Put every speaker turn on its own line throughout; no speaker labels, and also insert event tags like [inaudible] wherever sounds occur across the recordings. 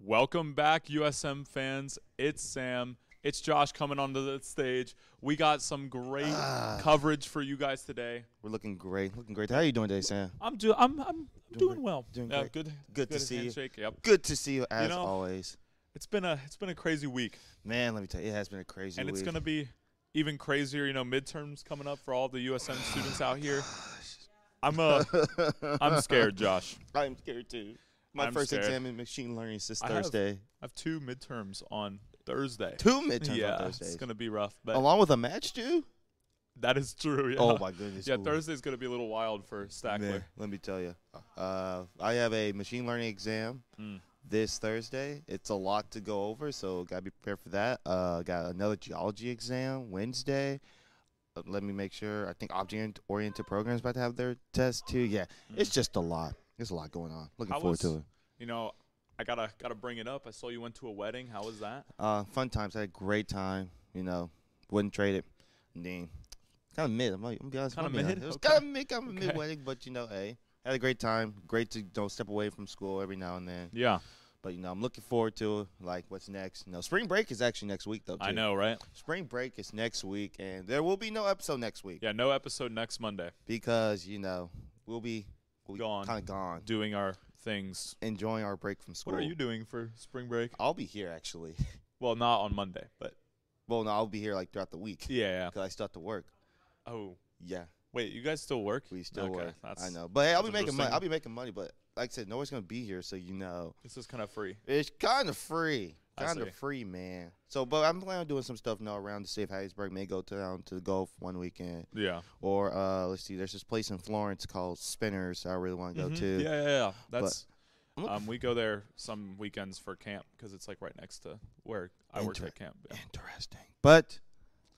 Welcome back, USM fans. It's Sam. It's Josh coming onto the stage. We got some great
Ah.
coverage for you guys today.
We're looking great. Looking great. How are you doing today, Sam?
I'm do I'm I'm doing, well.
Doing
yeah,
great.
good.
Good to see you.
handshake. Yep.
Good to see you as
know-
always.
It's been a it's been a crazy week,
Man, let me tell you, it has been a crazy
and
week.
it's gonna be even crazier. You know, midterms coming up for all the USM students out
[sighs]
here. I'm uh I'm scared, Josh.
I'm scared too. My
I'm
first
scared.
exam in machine learning is this
I have
Thursday.
I have two midterms on Thursday.
Two midterms
yeah,
on
it's
Thursdays.
gonna be rough, but
Along with a match due?
that is true. Yeah.
Oh my goodness.
Yeah,
ooh.
Thursday's gonna be a little wild for Stackler.
Man, let me tell you. Uh, I have a machine learning exam
Mm.
this Thursday. It's a lot to go over, so gotta be prepared for that. Uh, got another geology exam Wednesday. Uh, let me make sure. I think object oriented programs about to have their test too. Yeah, it's just a lot. It's a lot going on. Looking
Hmm. How
forward
was-
to it.
You know, I gotta gotta bring it up. I saw you went to a wedding. How was that?
Uh, fun times. I had a great time. You know, wouldn't trade it. And then kind of mid. I'm, like, I'm gonna be honest.
Kinda
with you, man.
mid?
It was
Okay.
kind of mid. Kind of mid
Okay.
wedding, but you know, hey, had a great time. Great to don't step away from school every now and then.
Yeah,
But you know, I'm looking forward to like what's next. No, spring break is actually next week though. Too.
I know, right?
Spring break is next week, and there will be no episode next week
Yeah, no episode next Monday.
because you know we'll be we'll
Gone.
kind of gone,
Doing our things.
enjoying our break from school.
What are you doing for spring break?
I'll be here actually.
Well, not on Monday, but
well, no, I'll be here like throughout the week because
yeah.
I still have to work.
Oh,
Yeah,
wait, you guys still work?
we still
okay,
work.
That's,
I know, but hey, I'll be
that's what I was
making money. I'll be
thinking.
making money, but like I said, no one's gonna be here, so you know.
This is kind of free.
It's kind of free.
I
Kind
see.
of free, man. So, but I'm planning on doing some stuff now around the state of Hattiesburg. May go down to the Gulf one weekend.
Yeah.
Or, uh, let's see, there's this place in Florence called Spinners I really want to go
Mhm.
to.
Yeah, yeah, yeah.
But
That's.
I'm looking
Um, we go there some weekends for camp because it's like right next to where I worked
Inter-
at camp. Yeah.
Interesting. But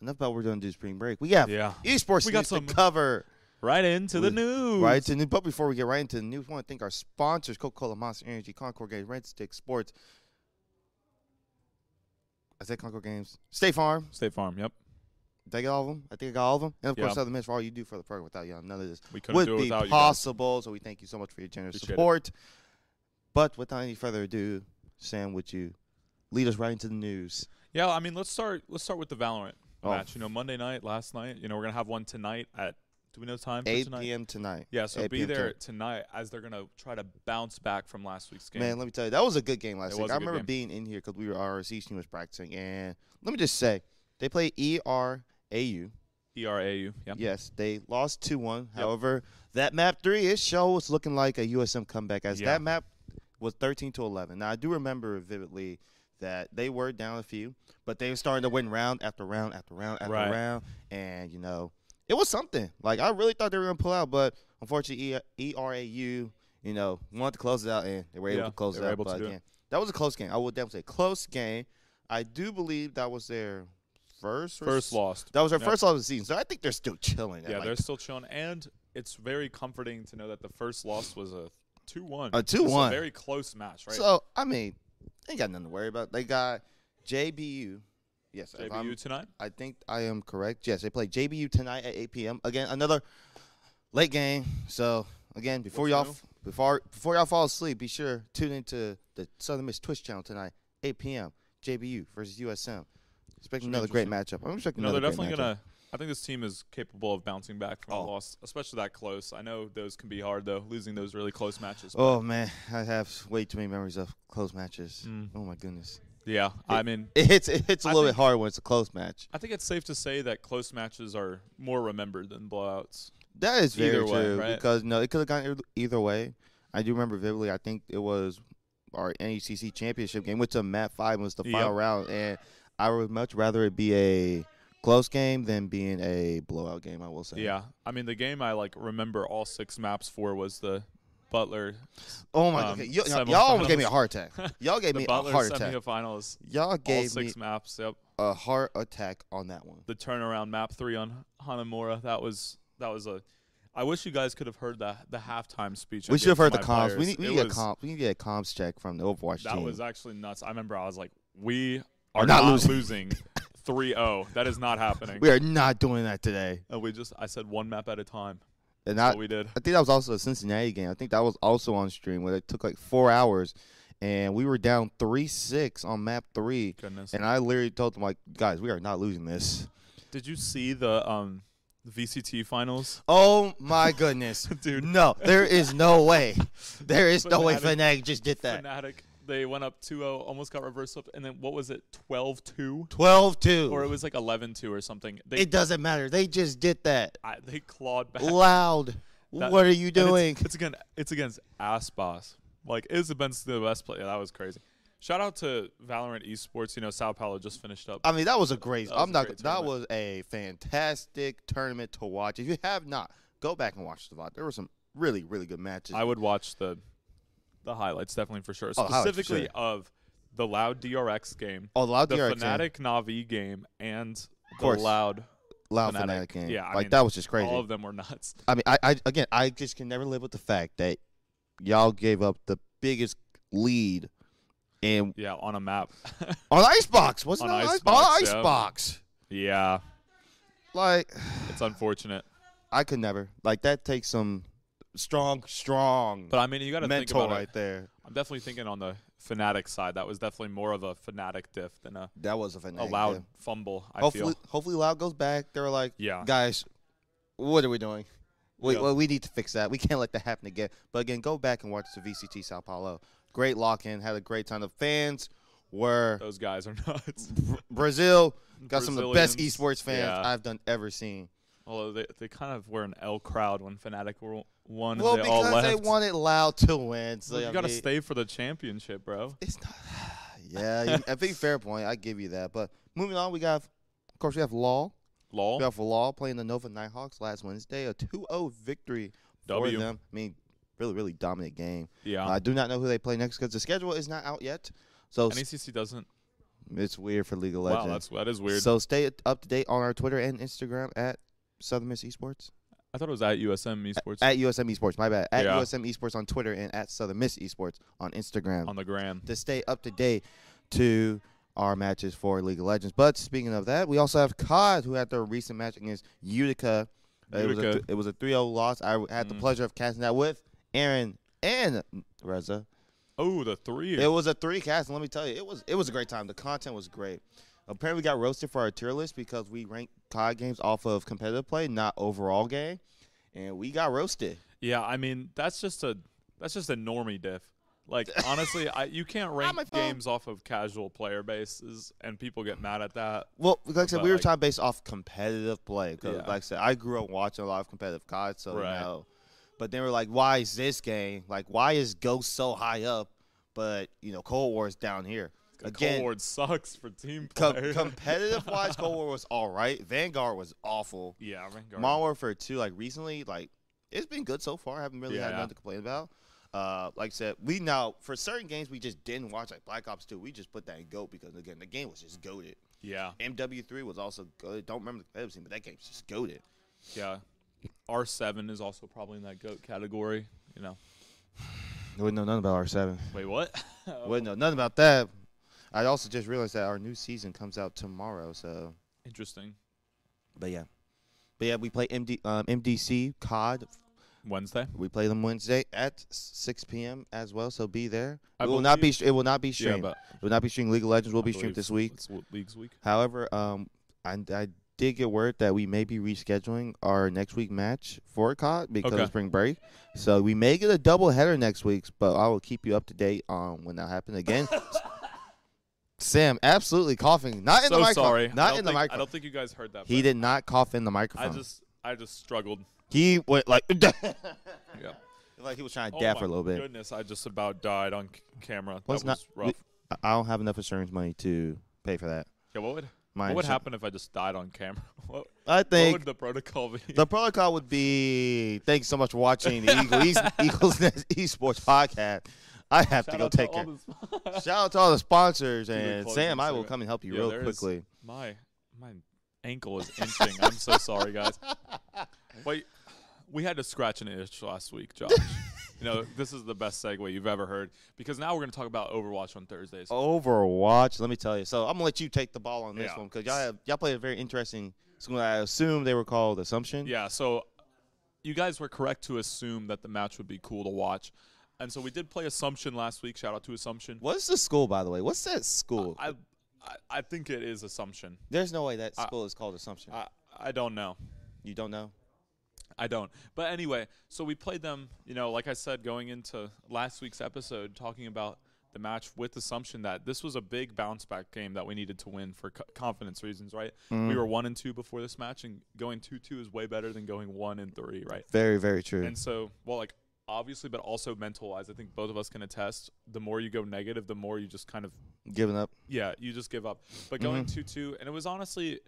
enough about what we're doing to do spring break. We have
Yeah.
esports
We got
news
some-
to cover.
Right into the
We-
news.
Right to new, but before we get right into the news, we want to thank our sponsors: Coca-Cola, Monster Energy, Concord Games, Red Stick Sports. I said Concord Games, State Farm,
State Farm. Yep.
Did I get all of them? I think I got all of them. And of course,
Yeah.
Southern Miss, for all you do for the program. Without y'all, none of this
We couldn't
would
do it
be
without you. guys.
possible. So we thank you so much for your generous
Appreciate it.
support. But without any further ado, Sam, would you lead us right into the news?
Yeah, I mean, let's start. Let's start with the Valorant
Oh.
match. You know, Monday night, last night. You know, we're gonna have one tonight at. Do we know time? For
8
tonight?
p.m. tonight.
Yeah, so
8
be
p.m.
there
tonight.
tonight as they're gonna try to bounce back from last week's game.
Man, let me tell you, that was a good game
It
last
was
week.
a
I
good
remember
game.
being in here because we were RSC team was practicing, and let me just say, they E played ERAU.
E ERAU. Yeah.
Yes, they lost 2 1. However, that map three, it show was looking like a USM comeback as
Yeah.
that map was 13 to 11. Now, I do remember vividly that they were down a few, but they were starting to win round after round after round after
Right.
round. And, you know, it was something. Like, I really thought they were going to pull out, but unfortunately, E- ERAU, you know, wanted to close it out, and they were able
Yeah,
to close
they
it
were
out.
able to
But
do it.
again, that was a close game. I would definitely say close game. I do believe that was their first or
First
s-
lost.
that was their
Yeah.
first loss of the season, so I think they're still chilling. at
yeah,
like
they're still chilling, and it's very comforting to know that the first loss was a two-one.
A
This is
2-1.
Very close match, right?
So I mean, they ain't got nothing to worry about. They got JBU. Yes, if I'm-
JBU tonight.
I think I am correct. Yes, they play JBU tonight at 8 p.m. Again, another late game. So again, before
What's
y'all
new?
f- before before y'all fall asleep, be sure to tune into the Southern Miss Twitch channel tonight, 8 p.m. JBU versus USM. Expecting
Should be
another great matchup. I'm expecting
No, they're
another great
definitely
matchup.
gonna. I think this team is capable of bouncing back from a
Oh.
loss, especially that close. I know those can be hard though, losing those really close matches. but-
Oh man, I have way too many memories of close matches.
Mm.
Oh my goodness,
Yeah, I mean,
it hits it hits a
I
little
think-
bit hard when it's a close match.
I think it's safe to say that close matches are more remembered than blowouts.
That is very
Either way,
true
right?
because no, it could have gone either- either way. I do remember vividly. I think it was our NECC championship game, which a Mat Five was the
Yep.
final round, and I would much rather it be a close game than being a blowout game. I will say.
Yeah, I mean the game I like remember all six maps for was the Butler,
Oh my.
Um,
okay. Y- y'all almost gave me a
semifinals.
heart attack.
[laughs]
Y'all gave
the
me a
Butler
heart attack.
semifinals.
Y'all
All
gave me
six maps. Yep,
a heart attack on that one.
the turnaround map three on Hanamura. That was that was a. I wish you guys could have heard the the halftime speech. I
We should
gave
have heard
to
the
my
comms. We
players.
need, we
It
need a
was-
comp. We need to get a comms check from the Overwatch
That
team.
was actually nuts. I remember I was like, we are
We're not
not,
losing.
losing 3-0. That is not happening.
[laughs] we are not doing that today.
and we just I said one map at a time.
And
That's
I,
what we did.
I think that was also a Cincinnati game. I think that was also on stream where they took like four hours, and we were down three six on map three.
Goodness.
And I literally told them like, guys, we are not losing this.
Did you see the um VCT finals?
Oh my goodness,
[laughs] Dude.
No, there is no way. There is no way
Fnatic.
Fnatic just did that.
Fanatic. They went up 2-0, almost got reverse swept, and then what was it, 12-2?
12-2.
Or it was like 11-2 or something. They
it doesn't matter. They just did
[laughs]
that.
I, they clawed back.
Loud.
That-
what are you
and it's-
doing?
It's, again, it's against Aspas. Like Isabel's the best player. that was crazy. Shout out to Valorant Esports. You know, Sao Paulo just finished up.
I mean, that was a great.
That was
I'm
a
not.
great
that
tournament.
was a fantastic tournament to watch. If you have not, go back and watch the VOD. There were some really, really good matches.
I would watch the the highlights definitely for sure.
Oh, highlights for
Specifically
sure.
of the loud DRX game,
oh, the loud
the
DRX game.
Fnatic Navi game, and the
course.
loud.
loud
Fnatic.
Fnatic game.
Yeah, I
like
mean,
that was just crazy.
All of them were [laughs] nuts.
I mean, I, I again, I just can never live with the fact that y'all gave up the biggest lead and
Yeah, on a map. [laughs]
on Icebox wasn't
On
it?
Icebox,
on
yeah.
Icebox.
yeah,
Like
it's unfortunate,
I could never. Like that takes some strong, strong
but I mean, you got to think
mental
about
right
it.
there.
I'm definitely thinking on the Fnatic side. That was definitely more of a Fnatic diff than a,
That was a
a
fanatic.
loud fumble. I
hopefully,
feel.
hopefully, Loud goes back. They were like,
Yeah.
guys, what are we doing? We,
Yeah.
well, we need to fix that. We can't let that happen again. But again, go back and watch the VCT Sao Paulo. Great lock in. Had a great time. The fans were
Those guys are [laughs] nuts.
Br- Brazil got some of the best
Brazilians,
esports fans
yeah.
I've done ever seen.
Although they, they kind of were an L crowd when Fnatic were- won and
well,
they all
because
left.
they wanted Loud to win, so
Well,
I
you got to
mean,
stay for the championship, bro.
It's not. [sighs] Yeah, you- I think fair point. I give you that. But moving on, we got, of course, we have Law.
Lol.
We have Law playing the Nova Nighthawks last Wednesday, a 2-0 victory
W.
for them. I mean, really, really dominant game.
Yeah.
I do not know who they play next because the schedule is not out yet. So s-
NECC E doesn't.
it's weird for League of Legends.
Wow, that's that is weird.
So stay up to date on our Twitter and Instagram at Southern Miss Esports.
I thought it was at USM Esports
At USM Esports, my bad. At
Yeah.
USM Esports on Twitter and at Southern Miss Esports on Instagram
on the gram.
to stay up to date to our matches for League of Legends. But speaking of that, we also have COD who had their recent match against Utica. Uh, It was a
Utica.
th- it was a 3-0 loss. I had the
Mm.
pleasure of casting that with Aaron and Reza.
Oh, the three.
It was a three cast, and let me tell you, it was it was a great time. The content was great. Apparently, we got roasted for our tier list because we ranked COD games off of competitive play, not overall game, and we got roasted.
yeah, I mean that's just a that's just a normie diff.
[laughs]
Like honestly, I, you can't rank
my phone.
games off of casual player bases, and people get mad at that.
Well, like I said,
But,
we were
like-
talking based off competitive play. 'cause,
Yeah.
like I said, I grew up watching a lot of competitive COD, so
Right.
you know. But then we're like, why is this game like why is Ghost so high up, but you know Cold War is down here
Cold
again.
War sucks for team
Com-
play.
competitive wise, Cold War
[laughs]
was all right. Vanguard was awful.
yeah, Vanguard.
Modern Warfare 2, like recently, like it's been good so far. I haven't really had
Yeah.
nothing to complain about. Uh, like I said, we now for certain games we just didn't watch like Black Ops 2. We just put that in goat because again the game was
Mm.
just goaded.
yeah,
MW3 was also good. Don't remember the competitive scene, but that game's just goaded.
yeah. R seven is also probably in that goat category. You know.
I wouldn't know nothing about R7.
Wait, what? [laughs]
I Wouldn't know nothing about that. I also just realized that our new season comes out tomorrow. So,
Interesting.
but yeah, but yeah, we play MD um, MDC COD.
Wednesday.
We play them Wednesday at 6 p.m. as well. So be there.
I
it will not be.
believe-
str- It will not be streamed.
Yeah, but
It will not be streamed. League of Legends will
I
be streamed
believe
this week.
It's w- leagues week.
However, um, I, I did get word that we may be rescheduling our next week match for COD because
Okay.
of spring break. So we may get a double header next week, but I will keep you up to date on when that
[laughs]
happens again. Sam absolutely coughing, not in
so
the microphone,
sorry. I
not
don't
in
think-
the
I
microphone.
don't think you guys heard that.
He
but
did not cough in the
I
microphone.
just I just struggled.
he went like [laughs]
Yeah.
like he was trying to
Oh
dab
my
for a little bit.
Goodness, I just about died on c- camera.
Well, it's
that
not-
was rough.
I- I don't have enough insurance money to pay for that.
Yeah, what would
My
what would
insur-
happen if I just died on camera? [laughs] What,
I
what
think
would the protocol be?
[laughs]
[laughs]
The protocol would be thanks so much for watching the
[laughs]
Eagle, East, Eagles Nest Esports podcast. I have
Shout
to go
out to
take
all
care.
the sp-
Shout out to all the
[laughs]
sponsors
the
and
closing
Sam. I will
segment.
come and help you
Yeah,
real
there is-
quickly.
my my ankle is inching. I'm so sorry,
[laughs]
guys. Wait, we had to scratch an itch last week,
[laughs]
Josh. you know, this is the best segue you've ever heard because now we're going to talk about Overwatch on Thursdays.
Oh. Overwatch. Let me tell you. So I'm gonna let you take the ball on this
Yeah.
one because y'all have, y'all played a very interesting school. I assume they were called Assumption.
Yeah, so you guys were correct to assume that the match would be cool to watch. And so we did play Assumption last week. Shout out to Assumption.
What's the school, by the way? What's that school?
I, I I think it is Assumption.
There's no way that
I-
school is called Assumption.
I I don't know.
you don't know?
I don't. But anyway, so we played them, you know, like I said, going into last week's episode, talking about the match with assumption that this was a big bounce back game that we needed to win for co- confidence reasons, right? We were one and two before this match, and going two two is way better than going one and three, right?
Very, very true.
And so, well, like obviously, but also mental wise, I think both of us can attest. The more you go negative, the more you just kind of
Giving up.
yeah, you just give up. But going 2 2, and it was honestly,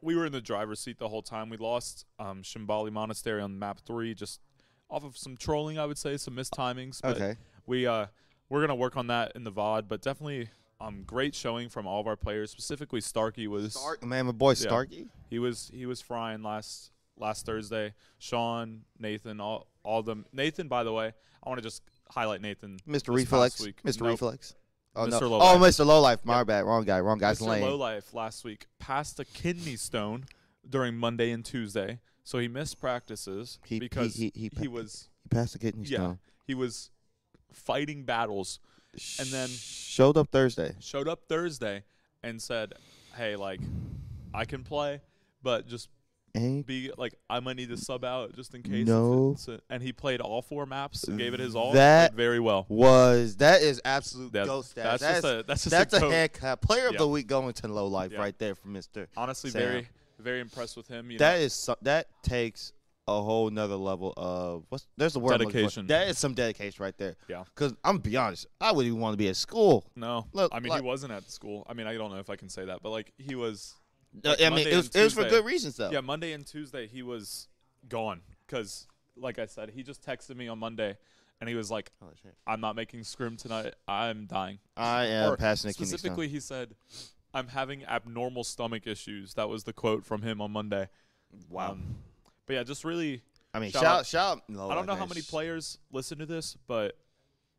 we were in the driver's seat the whole time. We lost um, Shambali Monastery on map three, just off of some trolling, I would say, some mistimings. But
Okay.
we, uh, we're going to work on that in the VOD, but definitely um, great showing from all of our players, specifically Starkey was.
Stark, man, my boy Starkey.
He was he was frying last last Thursday. Sean, Nathan, all all them. Nathan, by the way, I want to just highlight Nathan. this past
Mr. Reflex.
week.
Mr.
Nope.
Reflex. Oh, no.
Mr.
Oh,
Lowlife.
Mr. Lowlife. My bad. Wrong guy. Wrong guy's
Mr.
lane.
Lowlife last week passed a kidney stone during Monday and Tuesday, so he missed practices
He- he-
because
he-
he,
he prac-
was
He passed the kidney
yeah
stone.
he was fighting battles. And then-
showed up Thursday.
Showed up Thursday and said, "Hey, like I can play, but just
Ain't
be like I might need to sub out just in case."
No.
it's a-" and he played all four maps, and gave it his all,
That-
played very well.
was that is absolute
That-
ghost
that's
ass. That's
just
that's,
a- that's just a
a,
goat.
haircut. Player of
Yeah.
the week going to low life
Yeah.
right there for Mister.
Honestly,
Sam.
very very impressed with him. You know,
That is so, that takes a whole nother level of what's there's a word I'm looking for.
Dedication.
That is some dedication right there.
Yeah.
Cause I'm gonna be honest, I wouldn't even want to be at school.
no,
Look,
I mean
like-
he wasn't at school. I mean I don't know if I can say that, but like he was.
Uh, I mean,
Monday
it was,
and
it was for
Tuesday.
good reasons though.
Yeah, Monday and Tuesday he was gone because, like I said, he just texted me on Monday, and he was like,
Holy Oh, shit.
"I'm not making scrim tonight. I'm dying."
I am
Or
passionate. kidney stone.
specifically, he said, "I'm having abnormal stomach issues." That was the quote from him on Monday.
Wow.
Um, but yeah, just really,
I mean,
shout
shout
out-
out, shout out. Low
I don't
Life,
know how
man.
many players listen to this, but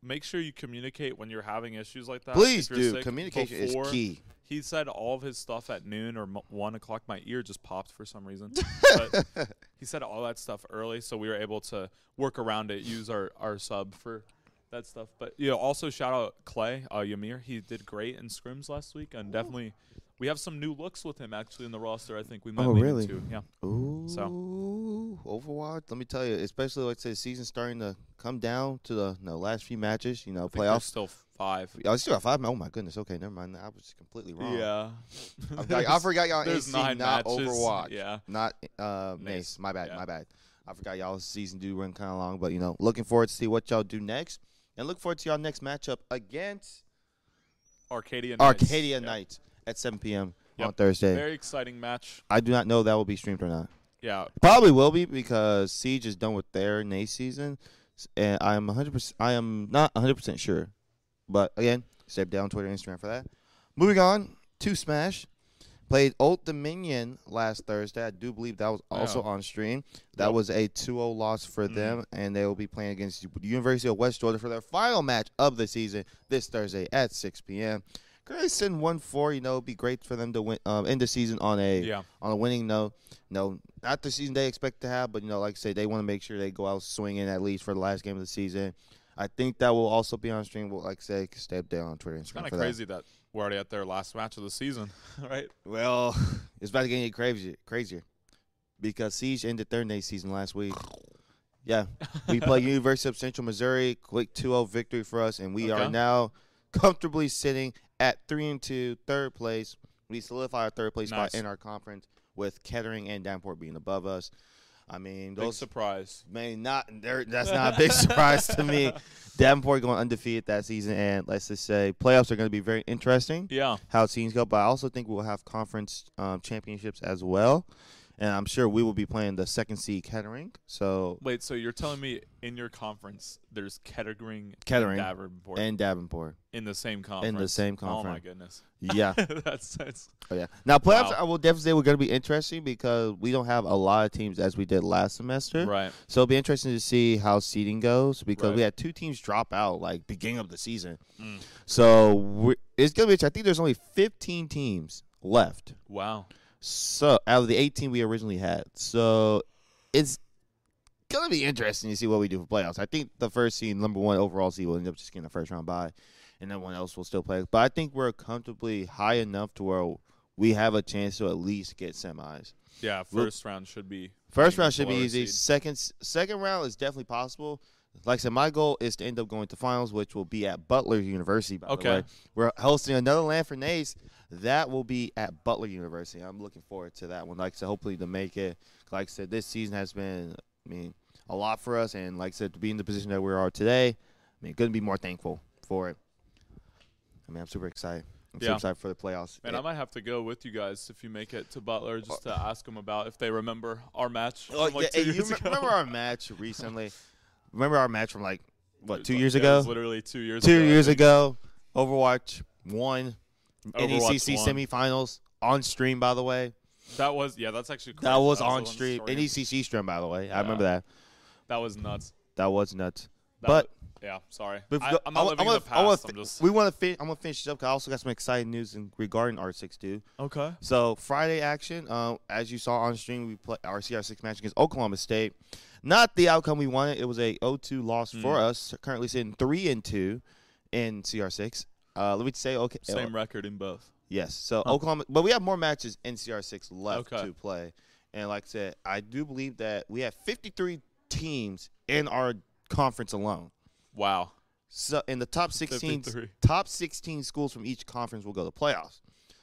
make sure you communicate when you're having issues like that.
Please
if you're
do.
sick
Communication is
before-
key.
He said all of his stuff at noon or m- one o'clock. My ear just popped for some reason.
[laughs]
but he said all that stuff early, so we were able to work around it, use our, our sub for that stuff. But you know, also shout out Clay uh, Yamir. He did great in scrims last week, and definitely we have some new looks with him actually in the roster. I think we might
Oh,
lean
really?
into. Yeah,
Ooh,
So.
Overwatch. Let me tell you, especially like I said, season starting to come down to the no last few matches. You know,
I think there's
playoffs.
still five.
Oh, still got five. Oh my goodness. Okay, never mind. I was completely wrong.
Yeah,
I,
[laughs]
forgot- I forgot y'all
there's
AC,
nine
not
matches.
Overwatch.
Yeah.
Not uh, Nace.
Nace.
My bad.
Yeah.
My bad. I forgot y'all season do run kind of long, but you know, looking forward to see what y'all do next, and look forward to y'all next matchup against
Arcadia Knights.
Arcadia
Yeah.
Knights at 7 p.m. on
Yep.
Thursday.
Very exciting match.
I do not know if that will be streamed or not.
Yeah,
Probably will be because Siege is done with their Nace season, s- and I'm 100. percent I am not 100 percent sure, but again, step down Twitter, and Instagram for that. Moving on to Smash, played Old Dominion last Thursday. I do believe that was also
Yeah.
on stream. That
Yep. Mm-hmm.
was a 2-0 loss for them, and they will be playing against the University of West Georgia for their final match of the season this Thursday at 6 p.m. Grayson one four, you know, it'd be great for them to win um, end the season on a
Yeah.
on a winning note. No, not the season they expect to have, but you know, like I say, they want to make sure they go out swinging at least for the last game of the season. I think that will also be on stream. Well, like I say, step down on Twitter. and Instagram
kind of
for that.
crazy that we're already at their last match of the season, [laughs] right?
Well, [laughs] it's about to get any crazier, crazier, because Siege ended their Nate season last week. Yeah,
[laughs]
we play University of Central Missouri. Quick 2-0 victory for us, and we are
Okay.
now comfortably sitting at three and two, third place. We solidify our third place
Nice.
spot in our conference with Kettering and Davenport being above us. I mean,
Big
those
surprise.
may not. there- That's
[laughs]
not a big surprise to me. Davenport going undefeated that season, and let's just say playoffs are going to be very interesting
Yeah.
how teams go. But I also think we'll have conference um, championships as well, and I'm sure we will be playing the second seed Kettering. So
Wait, so you're telling me in your conference there's Kettering,
Kettering
and Davenport
and Davenport.
in the same conference?
same
Oh my
conference. [laughs]
goodness. [laughs]
Yeah,
that's that's
oh, yeah. Now playoffs,
Wow.
I will definitely say, we're going to be interesting because we don't have a lot of teams as we did last semester.
right.
So it'll be interesting to see how seeding goes because
Right.
we had two teams drop out like beginning of the season.
Mm.
So we're, it's going to be. interesting. I think there's only 15 teams left.
Wow.
So out of the 18 we originally had, so it's gonna be interesting to see what we do for playoffs. I think the first seed, number one overall seed, will end up just getting the first round bye, and then one else will still play. But I think we're comfortably high enough to where we have a chance to at least get semis.
Yeah,
We'll-
first round should be.
First
Team
round should be
lower
easy.
seed.
Second second round is definitely possible. Like I said, my goal is to end up going to finals, which will be at Butler University. By
Okay.
the way, we're hosting another Lanford Ace. That will be at Butler University. I'm looking forward to that one. Like I said, hopefully to make it. Like I said, this season has been, I mean, a lot for us, and like I said, to be in the position that we are today, I mean, couldn't be more thankful for it. I mean, I'm super excited. I'm super
Yeah.
excited for the playoffs.
Man, I
Yeah. Uh,
might have to go with you guys if you make it to Butler just to ask them about if they remember our match.
Oh,
from, like,
yeah,
two
hey, you
years
me-
ago.
remember our match recently? remember our match from like [laughs] what
It
two
was-
years
yeah, it was
ago?
Literally two years
Two
ago. I
years
think.
ago, Overwatch won
Overwatch
NECC
won.
semifinals on stream. By the way,
That was yeah. That's actually crazy.
that was
the
on
one
stream. E
story.
NECC stream. By the way, I
Yeah.
remember that.
That was nuts.
That was nuts.
That
But-
was- yeah, sorry.
But
I, am not living in the past. I am just
we want to. Fin- I'm gonna finish this up. 'cause I also got some exciting news in, regarding R6 too.
okay.
So Friday action, uh, as you saw on stream, we play our CR6 match against Oklahoma State. Not the outcome we wanted. It was a 0-2 loss for
Mm.
us. Currently sitting three and two in CR6. Uh, let me say okay.
Same record in both.
Yes. So
Huh.
Oklahoma, but we have more matches in CR6 left
Okay.
to play. And like I said, I do believe that we have 53 teams in our conference alone.
Wow.
So in the top 16,
53.
top 16 schools from each conference will go to playoffs.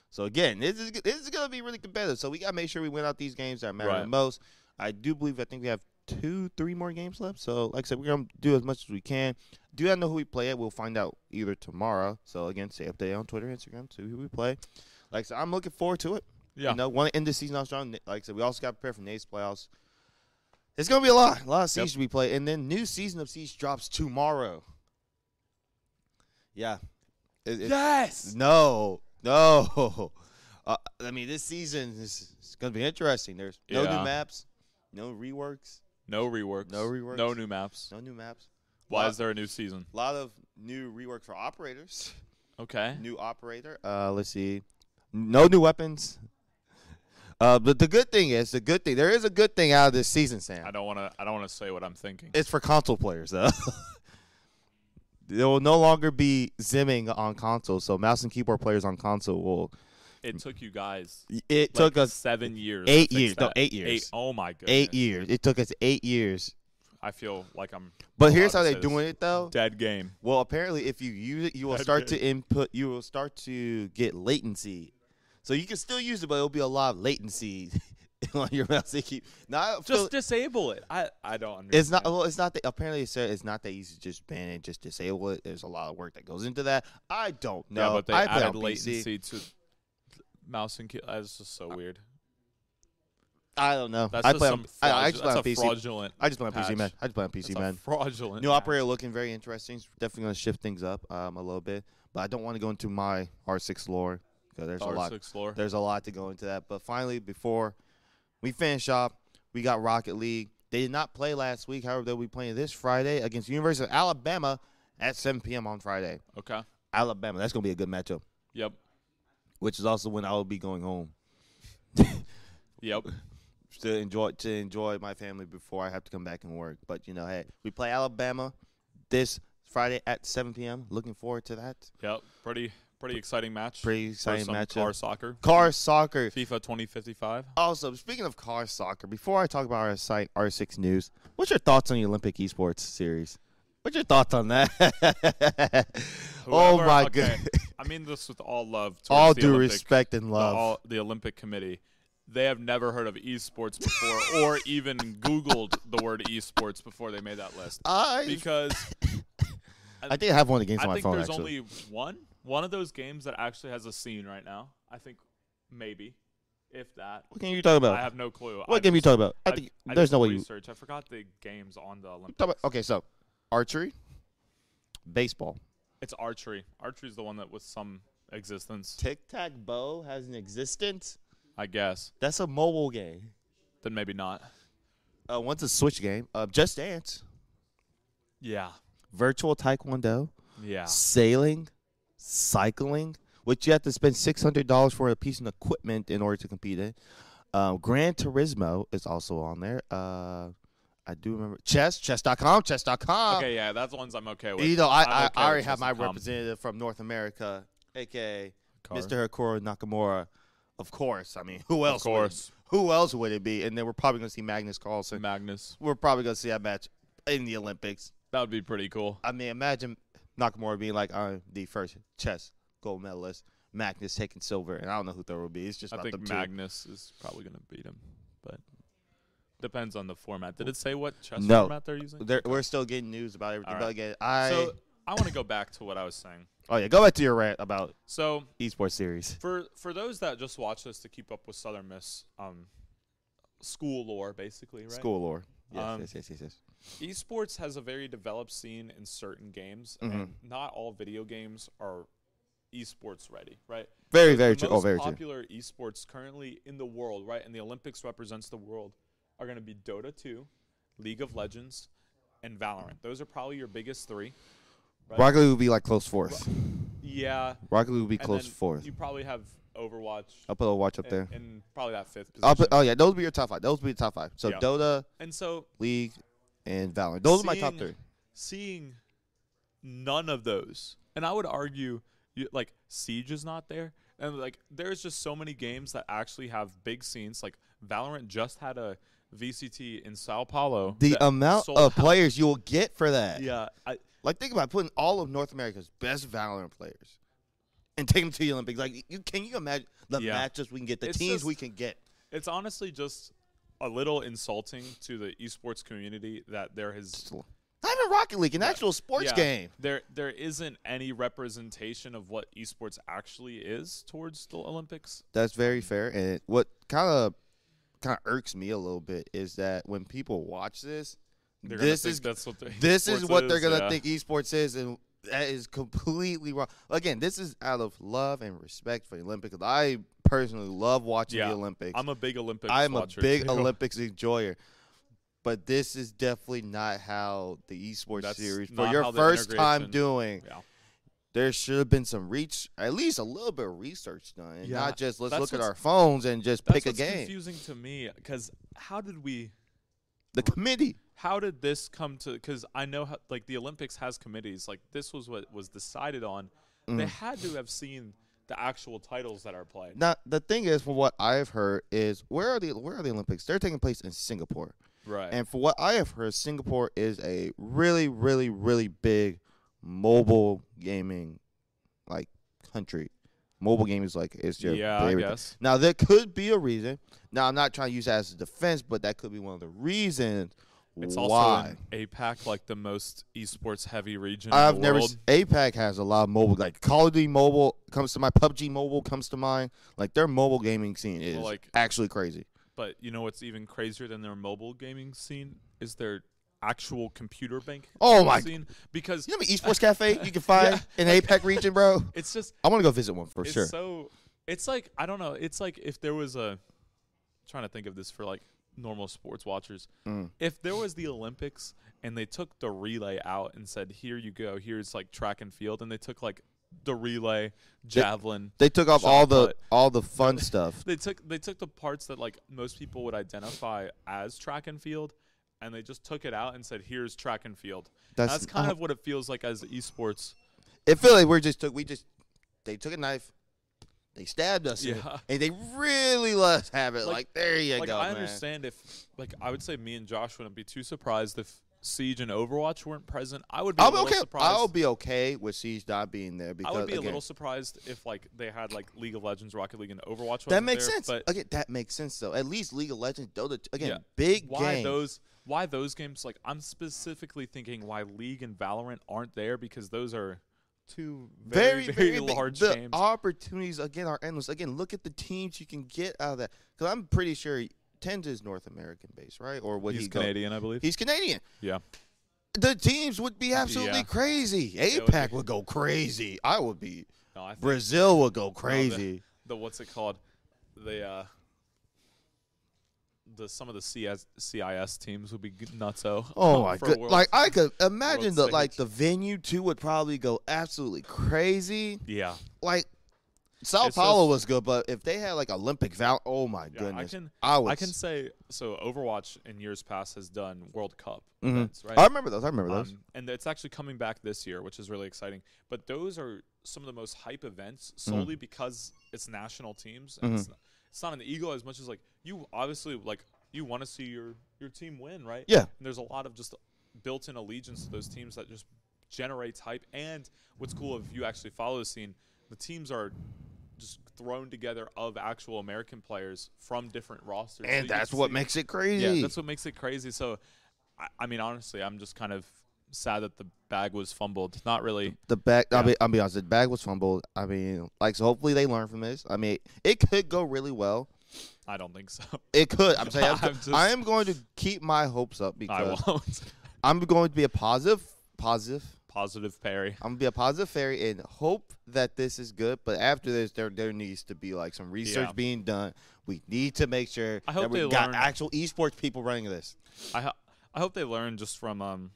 So again, this is this is going to be really competitive. So we got to make sure we win out these games that matter the
Right.
most. I do believe I think we have two, three more games left. So like I said, we're going to do as much as we can. Do not know who we play at? We'll find out either tomorrow. So again, stay updated on Twitter, Instagram, see who we play. Like I said, I'm looking forward to it.
Yeah.
You know, want to end the season off strong. Like I said, we also got to prepare for Nate's playoffs. It's gonna be a lot, a lot of
Yep.
seeds to be played, and then new season of seeds drops tomorrow. Yeah, It- it-
yes.
no, no. [laughs] Uh, I mean, this season is it's gonna be interesting. There's no
Yeah.
new maps, no reworks,
No reworks.
No reworks.
No new maps.
no new maps.
Why
Lot-
is there a new season?
lot of new rework for operators? [laughs]
Okay.
New operator. Uh, let's see. No new weapons. Uh, but the good thing is, the good thing there is a good thing out of this season, Sam.
I don't want to. I don't want to say what I'm thinking.
It's for console players though. [laughs] there will no longer be zimming on console, so mouse and keyboard players on console will.
It took you guys.
It
like,
took us
seven years.
eight
to fix
years. No,
that.
eight years.
oh my goodness.
eight years. It took us eight years.
I feel like I'm.
But
allowed
here's
to
how
say
they're
this.
doing it though.
Dead game.
Well, apparently, if you use it, you will
That'd
start
be-
to input. You will start to get latency, so you can still use it, but it'll be a lot of latency [laughs] on your mouse and keyboard. Not
Just disable it. I I don't understand.
It's not. Well, it's not. That, apparently, it's, it's not that easy to just ban and just disable it. There's a lot of work that goes into that. I don't know.
yeah, but they
I play
added
on PC.
latency to mouse and key. That's just so weird.
I don't know.
That's
I
just
play.
some
On, I, I
fraudulent-
just play on
that's a
PC.
fraudulent.
I just play on
patch.
PC, man. I just play on
That's
PC,
a
man.
fraudulent.
New
patch.
operator looking very interesting. It's definitely going to shift things up um, a little bit, but I don't want to go into my R6 lore because there's a lot.
R6 lore.
There's a lot to go into that. But finally, before we finish off, we got Rocket League. They did not play last week. However, they'll be playing this Friday against University of Alabama at 7 p.m. on Friday.
Okay.
Alabama. That's going to be a good matchup,
Yep.
which is also when I will be going home
Yep.
to enjoy to enjoy my family before I have to come back and work. But you know, hey, we play Alabama this Friday at 7 p.m. Looking forward to that.
Yep. Pretty pretty exciting match.
Pretty
for
exciting
some
matchup.
Car soccer.
Car soccer.
FIFA 2055.
Also, speaking of car soccer, before I talk about our site R6 News, what's your thoughts on the Olympic esports series? What's your thoughts on that? oh [laughs]
Whoever-
my
okay,
god!
I mean this with all love. towards
All
the
due
Olympic-
respect and
the
love.
all, the Olympic Committee. They have never heard of esports before,
[laughs]
or even Googled the word esports before they made that list.
I [laughs]
Because
I think I have one of the games
I
on my
think
phone.
there's
actually,
only one one of those games that actually has a scene right now. I think maybe, if that.
what game you talking about?
I have no clue.
what
I
game you
just-
talking about? I
I-
think
I
there's
did
no
some
way you
research. I forgot the games on the Olympics.
talking about. Okay, so archery, baseball,
It's archery. Archery's the one that was some existence,
tic tac bow has an existence.
I guess.
That's a mobile game.
Then maybe not.
Uh, one's a Switch game. Uh, Just Dance,
Yeah.
virtual taekwondo.
Yeah.
sailing, cycling, which you have to spend six hundred dollars for a piece of equipment in order to compete in. Uh, Gran Turismo is also on there. Uh, I do remember chess, chess.com, chess.com.
Okay, yeah, that's the ones I'm okay with.
You know, I,
I'm
I,
okay
I
with
already have my
Justin Thomas.
representative from North America, aka
Carr.
Mr. Hikaru Nakamura. Of course, I mean, who
Of
else? would-
course,
who else would it be? And then we're probably going to see Magnus Carlsen.
Magnus.
We're probably going to see that match in the Olympics.
That would be pretty cool.
I mean, imagine Nakamura being like, "I'm the first chess gold medalist." Magnus taking silver, and I don't know who third will be. It's just
I
about them
think
two.
Magnus is probably going to beat him, but depends on the format. Did it say what chess
No.
format they're using?
There- we're still getting news about everything.
All
But
right.
again, I
so I want to go back to what I was saying.
oh yeah, go back to your rant about
So
esports series.
for for those that just watch this to keep up with Southern Miss um, school lore, basically, right?
School lore. Yes,
Um,
yes, yes, yes, yes.
Esports has a very developed scene in certain games,
Mm-hmm.
and not all video games are esports ready, right?
Very, very
the
true.
most
Oh, very true.
popular esports currently in the world, right? And the Olympics represents the world, are going to be Dota 2, League of Legends, and Valorant. Those are probably your biggest three. right?
Rocket League would be like close fourth.
Yeah.
Rocket League would be
and
close
then
fourth.
You probably have Overwatch
I'll put a watch up there.
and, and probably that fifth position.
I'll put, oh yeah, those would be your top five. Those would be the top five. So
Yeah.
Dota,
and so
League, and Valorant. Those are my top
Seeing-
three.
seeing none of those, and I would argue you, like Siege is not there, and like there's just so many games that actually have big scenes. Like Valorant just had a VCT in Sao Paulo.
The
that
amount
sold
of
out.
players you will get for
[laughs]
that.
yeah, I,
Like think about putting all of North America's best Valorant players and take them to the Olympics. Like you can you imagine the
Yeah.
matches we can get, the
It's
teams
just-
we can get.
it's honestly just a little insulting to the esports community that there has
Not even Rocket League, an actual sports
yeah,
game.
There, there isn't any representation of what esports actually is towards the Olympics.
That's very fair. And what kind of kind of irks me a little bit is that when people watch this,
They're
this
gonna think
is
that's what they-
this is
esports
what they're
is,
gonna
yeah.
think esports is, and that is completely wrong. Again, this is out of love and respect for the Olympics. I personally love watching
Yeah,
the Olympics.
I'm a big Olympics.
I'm a
watcher,
big
too.
Olympics enjoyer. But this is definitely not how the esports
That's
series for
not
your
how the
first time
integration-
doing.
Yeah.
There should have been some reach, at least a little bit of research done, and
Yeah,
not just let's
that's
look at
what's-
our phones and just
[laughs] That's
pick a
what's
game.
confusing to me because how did we?
The committee.
How did this come to? Because I know how, like the Olympics has committees. Like this was what was decided on. They
Mm.
had to have seen the actual titles that are played.
Now the thing is, from what I've heard, is where are the where are the Olympics? They're taking place in Singapore,
Right.
and from what I have heard, Singapore is a really, really, really big mobile gaming like country. Mobile gaming is like it's your
yeah, I
everything.
guess.
Now there could be a reason. Now I'm not trying to use that as a defense, but that could be one of the reasons
It's
why.
also in APAC, like the most esports heavy region. in
I've
the
never.
world.
s- APAC has a lot of mobile, like Call of Duty mobile comes to my PUBG mobile comes to mind. Like their mobile gaming scene is
like-
actually crazy.
But you know what's even crazier than their mobile gaming scene is their actual computer bank.
Oh my-
Scene because
You
[laughs]
know, the esports cafe you can find in APAC region, bro.
it's just
I want to go visit one for
it's
sure.
so it's like I don't know. It's like if there was a trying to think of this for like normal sports watchers.
Mm.
If there was the Olympics and they took the relay out and said, "Here you go. Here's like track and field," and they took like the relay, javelin.
they took off
Shot
all the
put.
all the fun stuff.
They took they took the parts that like most people would identify as track and field. And they just took it out and said, "Here's track and field." That's,
That's-
kind
uh,
of what it feels like as esports.
It feel like we're just took we just they took a knife, they stabbed us, in it,
Yeah.
and they really let us have it. Like,
Like-
there you
like
go,
I
man.
understand if like I would say me and Josh wouldn't be too surprised if Siege and Overwatch weren't present. I would be a
I'll be
little
okay.
surprised.
I'll be okay with Siege not being there
I
because
would be a
again,
little surprised if like they had like League of Legends, Rocket League, and Overwatch.
that
wasn't
makes
there,
sense.
But
Again, that makes sense though. At least League of Legends, Dota, t- again,
yeah,
big
why
game.
those why those games? Like I'm specifically thinking why League and Valorant aren't there because those are two very
very, very, big-
large
the
games.
opportunities again are endless. Again, look at the teams you can get out of that. Because I'm pretty sure Tenz is North American based, right? Or what
He's
he go-
Canadian, I believe.
He's Canadian.
yeah,
The teams would be absolutely
Yeah.
crazy.
would be-
APAC would, go crazy. I would be.
no, I think
Brazil would go
No, the-
crazy.
The, what's it called? The uh, the some of the CS, CIS teams would be g- nutso.
Oh
[laughs]
my
for
god!
Worlds.
Like I could imagine
world
the
stage.
like the venue too would probably go absolutely crazy.
yeah,
Like Sao
It's so-
Paulo was good, but if they had like Olympic Val, oh my
Yeah, I
goodness,
can
I would.
I can say so. Overwatch in years past has done World Cup
Mhm.
events, right?
I remember those. I remember those.
Um, and it's actually coming back this year, which is really exciting. But those are some of the most hype events solely
Mm-hmm.
because it's national teams. And it's, not, it's not an ego as much as like you obviously like you want to see your your team win, right?
Yeah.
And there's a lot of just built-in allegiance to those teams that just generates hype. And what's cool if you actually follow the scene, the teams are just thrown together of actual American players from different rosters, So you
and
get
that's
to
what
see-
makes it crazy.
yeah, that's what makes it crazy. So, I, I mean, honestly, I'm just kind of sad that the bag was fumbled. Not really.
the back. I'll
Yeah.
be. I'll be honest. The bag was fumbled. I mean, like, so hopefully they learn from this. I mean, it could go really well.
I don't think so. [laughs]
It could. I'm saying. I'm,
I'm just-
I am going to keep my hopes up
I
because
won't. [laughs]
I'm going to be a positive. Positive.
Positive Perry.
I'm gonna be a positive fairy and hope that this is good. But after this, there there needs to be like some research
Yeah.
being done. We need to make sure
I hope
that we
they
got
learn.
actual esports people running this.
I ho- I hope they learn just from um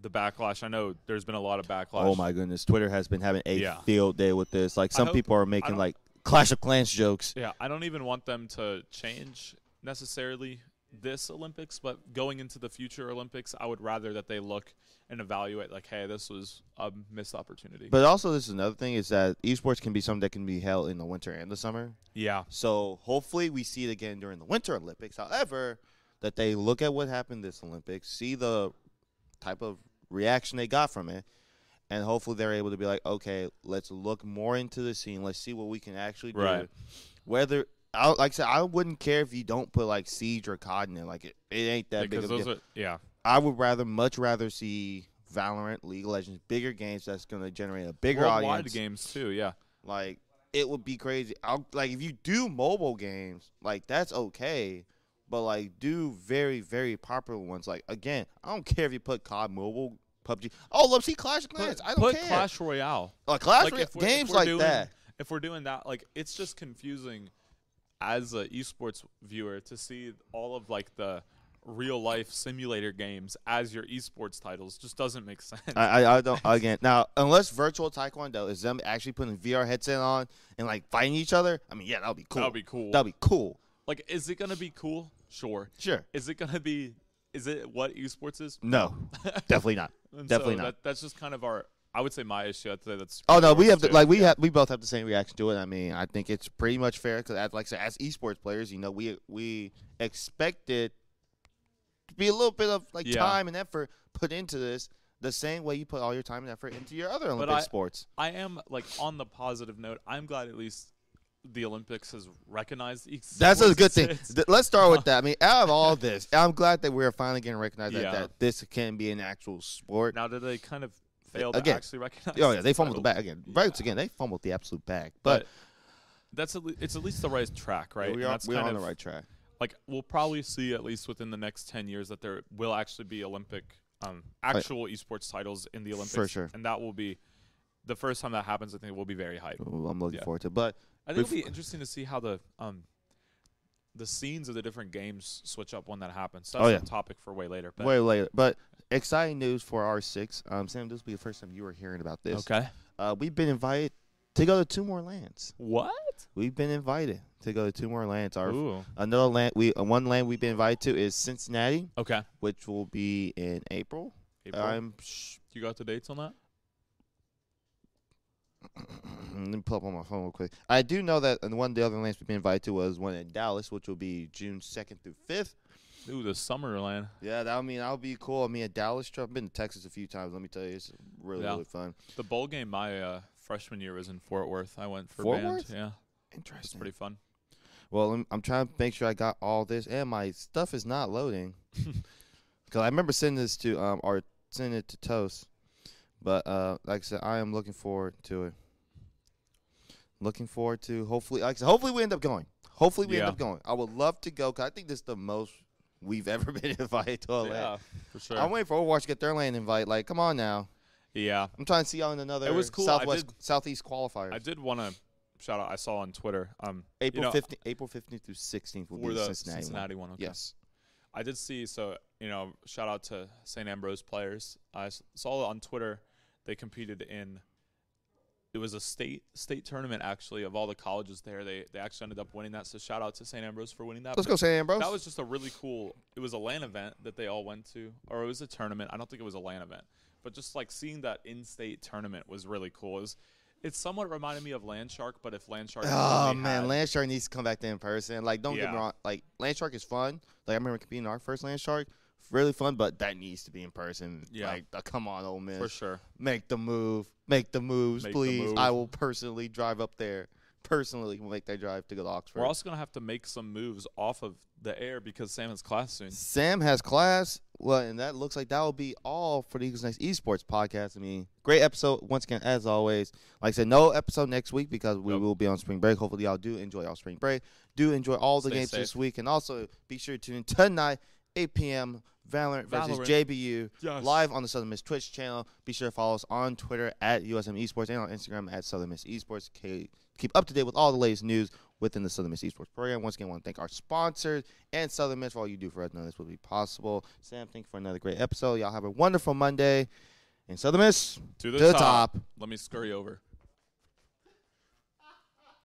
the backlash. I know there's been a lot of backlash.
Oh my goodness, Twitter has been having a
Yeah.
field day with this. Like some
hope-
people are
I
making
don't-
like Clash of Clans jokes.
Yeah, I don't even want them to change necessarily this Olympics, but going into the future Olympics, I would rather that they look and evaluate like, hey, this was a missed opportunity.
But also, this is another thing is that esports can be something that can be held in the winter and the summer.
yeah.
So hopefully we see it again during the Winter Olympics. However, that they look at what happened this Olympics, see the type of reaction they got from it, and hopefully they're able to be like, okay, let's look more into the scene. Let's see what we can actually do.
Right.
Whether I like I said, I wouldn't care if you don't put like siege or cotton in. Like it, it ain't that big
Because
of a
those
deal.
are yeah.
I would rather much rather see Valorant, League of Legends, bigger games that's gonna generate a bigger
Worldwide
audience.
games too, yeah.
Like it would be crazy. I'll, like if you do mobile games, like that's okay, but like do very very popular ones. Like again, I don't care if you put COD Mobile, PUBG. Oh, let's see Clash of Clans.
Put,
I don't
put
care. Clash,
Clash Royale.
like Clash
Like,
Royale-
if we're- if
games
we're
like
doing-
that.
If we're doing that, like it's just confusing as a esports viewer to see all of like the real life simulator games as your esports titles. Just doesn't make sense.
I, I I don't again now unless virtual taekwondo is them actually putting VR headset on and like fighting each other. I mean, yeah, that'll be cool.
That'd be cool.
That'll be cool.
like, is it gonna be cool? Sure.
Sure.
Is it gonna be? Is it what esports is? [laughs]
No, definitely not.
And
Definitely
so
not.
That, that's just kind of our. I would say my issue. I'd say that's.
Oh no, we
yours
have the,
too.
like we have we both have the same reaction to it. I mean, I think it's pretty much fair because, as like I said, as esports players, you know, we we expected to be a little bit of like
Yeah.
time and effort put into this, the same way you put all your time and effort into your other Olympic
I- [laughs]
sports.
I am like on the positive note. I'm glad at least the Olympics has recognized. esports
That's a good thing.
exists.
Th- Let's start
[laughs]
with that. I mean, out of all this, I'm glad that we're finally getting recognized that,
Yeah.
that this can be an actual sport.
Now, did they kind of fail
Again.
to actually recognize?
oh yeah,
the
they fumbled the
title?
bag again. Right again, they fumbled the absolute bag. But,
that's at le- it's at least the right track, right?
we
And
are
that's
we're
kind
on
of-
the right track.
Like we'll probably see at least within the next ten years that there will actually be Olympic, um, actual esports titles in the Olympics
sure.
and that will be the first time that happens. I think will be very hype.
Ooh, I'm looking
Yeah.
forward to. it. But
I think it'll
Bef-
be interesting to see how the um. The scenes of the different games switch up when that happens. So
Oh,
that's
yeah.
a topic for way later. But
way later. But exciting news for R6. Um, Sam, this will be the first time you are hearing about this.
okay,
Uh, we've been invited to go to two more lands.
what?
We've been invited to go to two more lands. Our
Ooh,
another land we uh, one land we've been invited to is Cincinnati,
okay.
which will be in April.
April.
I'm sh- [clears throat]
you got the dates on that?
let me pull up on my phone real quick. I do know that and one of the other lands we've been invited to was one in Dallas, which will be June second through fifth.
Ooh, the Summerland.
Yeah, that I mean that'll be cool. I mean a Dallas trip. I've been to Texas a few times. Let me tell you, it's really
Yeah.
really fun.
The bowl game my uh, freshman year was in Fort Worth. I went for
Fort
band.
Worth?
Yeah, it's
Interesting.
pretty fun.
Well, I'm, I'm trying to make sure I got all this, and my stuff is
[laughs]
not loading. [laughs] Because I remember sending this to um or sending it to Toast, but uh, like I said, I am looking forward to it. Looking forward to hopefully, like I said, hopefully we end up going. Hopefully we
Yeah.
end up going. I would love to go because I think this is the most we've [laughs] ever been invited to a
yeah,
land.
for sure.
I'm waiting for Overwatch to get their land invite. Like, come on now.
yeah,
I'm trying to see y'all in another
It was cool. I
Southwest Southeast qualifier.
I did want to shout out. I saw on Twitter. Um,
April
know,
15th, April 15th through 16th will
for
be the
the
Cincinnati, one.
one. okay.
Yes.
I did see. So you know, shout out to St. Ambrose players. I s- saw on Twitter they competed in it was a state state tournament actually of all the colleges there. They they actually ended up winning that. So shout out to St. Ambrose for winning that.
Let's
But
go, St. Ambrose.
That was just a really cool. It was a LAN event that they all went to, or it was a tournament. I don't think it was a LAN event, but just like seeing that in-state tournament was really cool. It, was, it somewhat reminded me of Landshark, but if Landshark,
Oh
only
man,
had-
Landshark needs to come back in person. Like, don't get me
Yeah.
wrong. Like, Landshark is fun. Like, I remember competing in our first Landshark, really fun. But that needs to be in person.
Yeah.
Like, uh, come on, Ole Miss,
for sure.
make the move, make the moves,
Make the
please.
move.
I will personally drive up there. Personally, will make that drive to go to Oxford.
We're also gonna have to make some moves off of the air because Sam has class soon.
Sam has class. Well, and that looks like that will be all for the Eagles Next Esports podcast. I mean, great episode once again, as always. Like I said, no episode next week because we
Nope.
will be on spring break. Hopefully, y'all do enjoy y'all spring break. Do enjoy all the
Stay
games this
safe.
week, and also be sure to tune in tonight, 8 p.m. Valorant,
Valorant.
versus JBU
Yes.
live on the Southern Miss Twitch channel. Be sure to follow us on Twitter at USM Esports and on Instagram at Southern Miss Esports. Ke- Keep up to date with all the latest news within the Southern Miss Esports program. Once again, I want to thank our sponsors and Southern Miss for all you do for us. None of this would be possible. Sam, thank you for another great episode. Y'all have a wonderful Monday. And Southern Miss,
To the,
To the
top.
top.
Let me scurry over.